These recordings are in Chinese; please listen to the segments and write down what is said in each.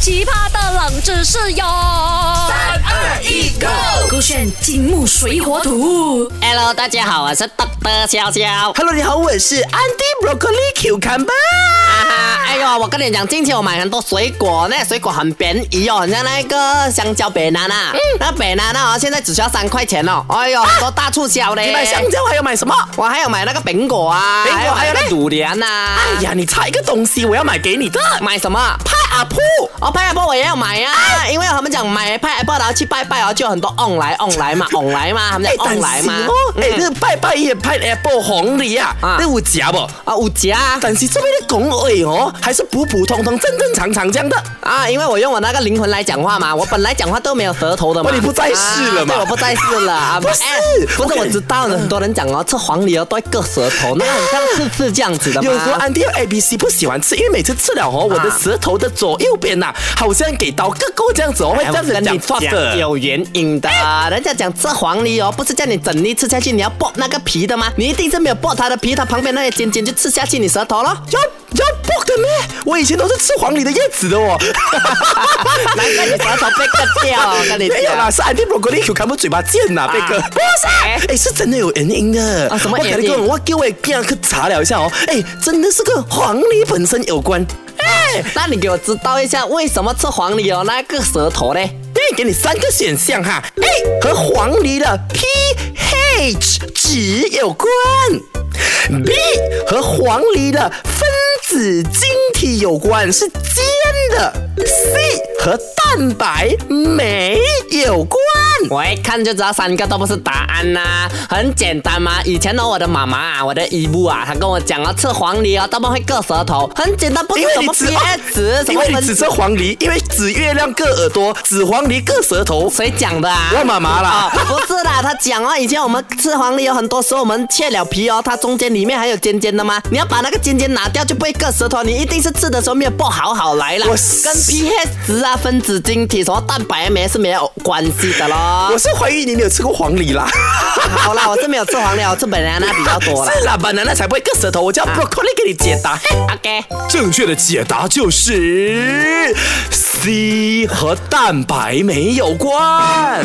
奇葩的冷知识哟！三二一，Go！勾选金木水火土。 Hello，大家好，我是德德潇潇。 Hello，你好，我是 Andy Broccoli Cucumber。哈哈， 哎呦，我跟你讲，近期我买很多水果，那水果很便宜哦，你像那个香蕉北南啊，嗯那北南啊，现在只需要三块钱哦。哎啊呦，很多大促销嘞。你买香蕉还要买什么？我还有买那个苹果啊，苹果还有嘞那个榴莲呐。哎呀，你差一个东西，我要买给你的。买什么？派阿铺，哦，派 apple 我也要买呀、哎因为他们讲买派 apple 然后去拜拜哦，就有很多 on 来 on 来嘛，on 来嘛，他们哎，讲 on 来嘛但是哦，哎，嗯这拜拜也派 apple 红梨啊，啊那有假不？啊五夹但是这边的拱尾哦，还是普普通通、正正常常这样的。啊，因为我用我那个灵魂来讲话 嘛，我本来讲话都没有舌头的嘛。哦你不在世了嘛啊对，我不在世了啊。 不是哎不是，我我知道了，很多人讲哦，吃黄梨哦都会割舌头，那很像是是这样子的嘛。哎有时候安迪 A B C 不喜欢吃，因为每次吃了哦，我的舌头的左右边呐、好像给刀割过这样子哦，会哎这样我子跟你讲话讲的。有原因的。人家讲吃黄梨哦，不是叫你整粒吃下去，你要剥那个皮的吗？你一定是没有剥它的皮，它旁边那些尖尖就吃下去你舌头了。要要剥的咩？我以前都是吃黄梨的叶子的哦。难怪你舌头被割掉哦，我跟 你没有讲哎啦，。是安迪 broccoli 看不嘴巴贱呐，贝哥。啊不是，哦哎，是真的有原因的。啊什么我跟原你因讲，我给我边去查了一下哦，哎，真的是跟黄梨本身有关。哎，那你给我知道一下，为什么吃黄梨哦那个舌头嘞？哎，给你三个选项哈，A 和黄梨的 pH 值有关，B 和黄梨的分子晶体有关，是尖的，C 和蛋白酶有关。我一看就知道三个都不是答案呐、很简单嘛。以前呢，我的妈妈啊，我的姨母啊，她跟我讲哦，吃黄梨哦，他们会割舌头，很简单，不是因为什你么只叶子，哎什哎因么为你分只 子吃，黄梨，因为紫月亮割耳朵，紫黄梨割舌头。谁讲的啊？我妈妈啦哦，不是啦，她讲哦，以前我们吃黄梨有很多时候我们切了皮哦，它中间里面还有尖尖的吗？你要把那个尖尖拿掉，就不会割舌头。你一定是吃的时候没有剥好好来啦，我跟 pH 值啊、分子晶体、什么蛋白酶是没有关系的咯我。是怀疑你没有吃过黄梨啦， 好啦，我是没有吃黄梨，我吃本来那比较 多啦。是啦，本来那才不会割舌头，我叫 broccoli 给你解答。 嘿 OK。正确的解答就是 C 和蛋白酶有关。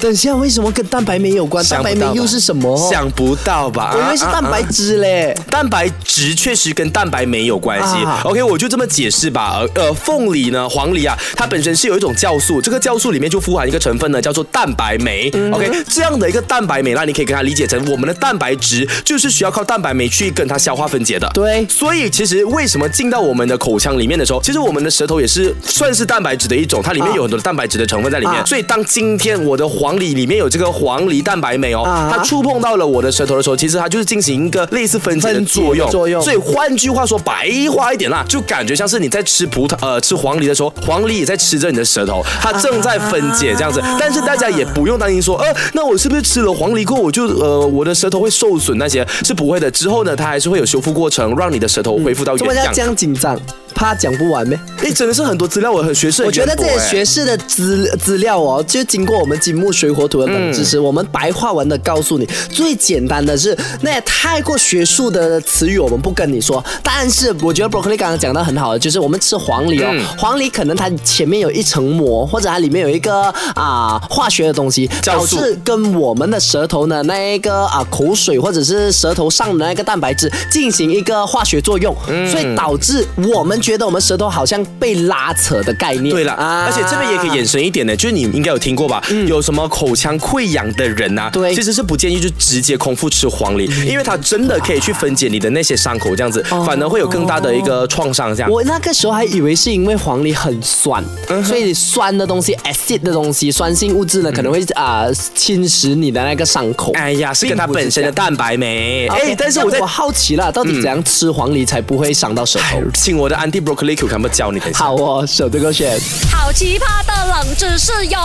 等一下，为什么跟蛋白酶有关？蛋白酶又是什么？想啊不到吧？我以为是蛋白质嘞。蛋白质确实跟蛋白酶有关系。啊 OK，我就这么解释吧。呃呃，凤梨呢，黄梨啊，它本身是有一种酵素，这个酵素里面就富含一个成分呢，叫做蛋白酶。OK，这嗯样的一个蛋白酶，那你可以跟它理解成我们的蛋白质就是需要靠蛋白酶去跟它消化分解的。对所以其实为什么进到我们的口腔里面的时候，其实我们的舌头也是算是蛋白质的一种，它里面有很多的蛋白质的成分在里面。啊所以当今天我的黄梨里面有这个黄梨蛋白酶哦，啊它触碰到了我的舌头的时候，其实它就是进行一个类似分解的分解作用。的作用所以换句话说，白话一点啦，就感觉像是你在吃葡萄呃吃黄梨的时候，黄梨也在吃着你的舌头，它正在分解这样啊子。但是大家也不用担心说，呃，那我是不是吃了黄梨过后我就呃我的舌头会受损？那些是不会的。之后呢，它还是会有修复过程，让你的舌头恢复到嗯怎么原要样这。样紧张？怕讲不完咩？哎，真的是很多资料，我很学识很我觉得渊这博些哎学士的资资料哦，就经过我们金木水火土的冷知嗯识，我们白话文的告诉你，最简单的是那些太过学术的词语我们不跟你说。但是我觉得 broccoli 刚刚讲的很好的，就是我们吃黄梨哦，嗯黄梨可能它前面有一层膜，或者它里面有一个啊、化学的东西，酵导素致跟我们的舌头呢那一个啊、口水或者是舌头上的那个蛋白质进行一个化学作用，嗯所以导致我们觉得我们舌头好像被拉扯的概念。对了，啊嗯而且这边也可以衍生一点呢，就是你应该有听过吧？有什么口腔溃疡的人呐、对嗯其实是不建议就直接空腹吃黄梨，因为它真的可以去分解你的那些伤口，这样子反而会有更大的一个创伤。这样，哦我那个时候还以为是因为黄梨很酸，嗯所以酸的东西、acid 的东西、酸性物质呢，可能会啊、侵蚀你的那个伤口。嗯哎呀，是跟它并不是本身的蛋白酶。哎 OK，，但是我在嗯我好奇了，到底怎样吃黄梨才不会伤到舌头？请我的 anti broccoli cucumber 教你等一下。好哦，手对勾选。好奇葩的冷知识哟！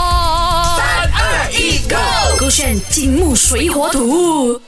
三二一，Go！勾选金木水火土。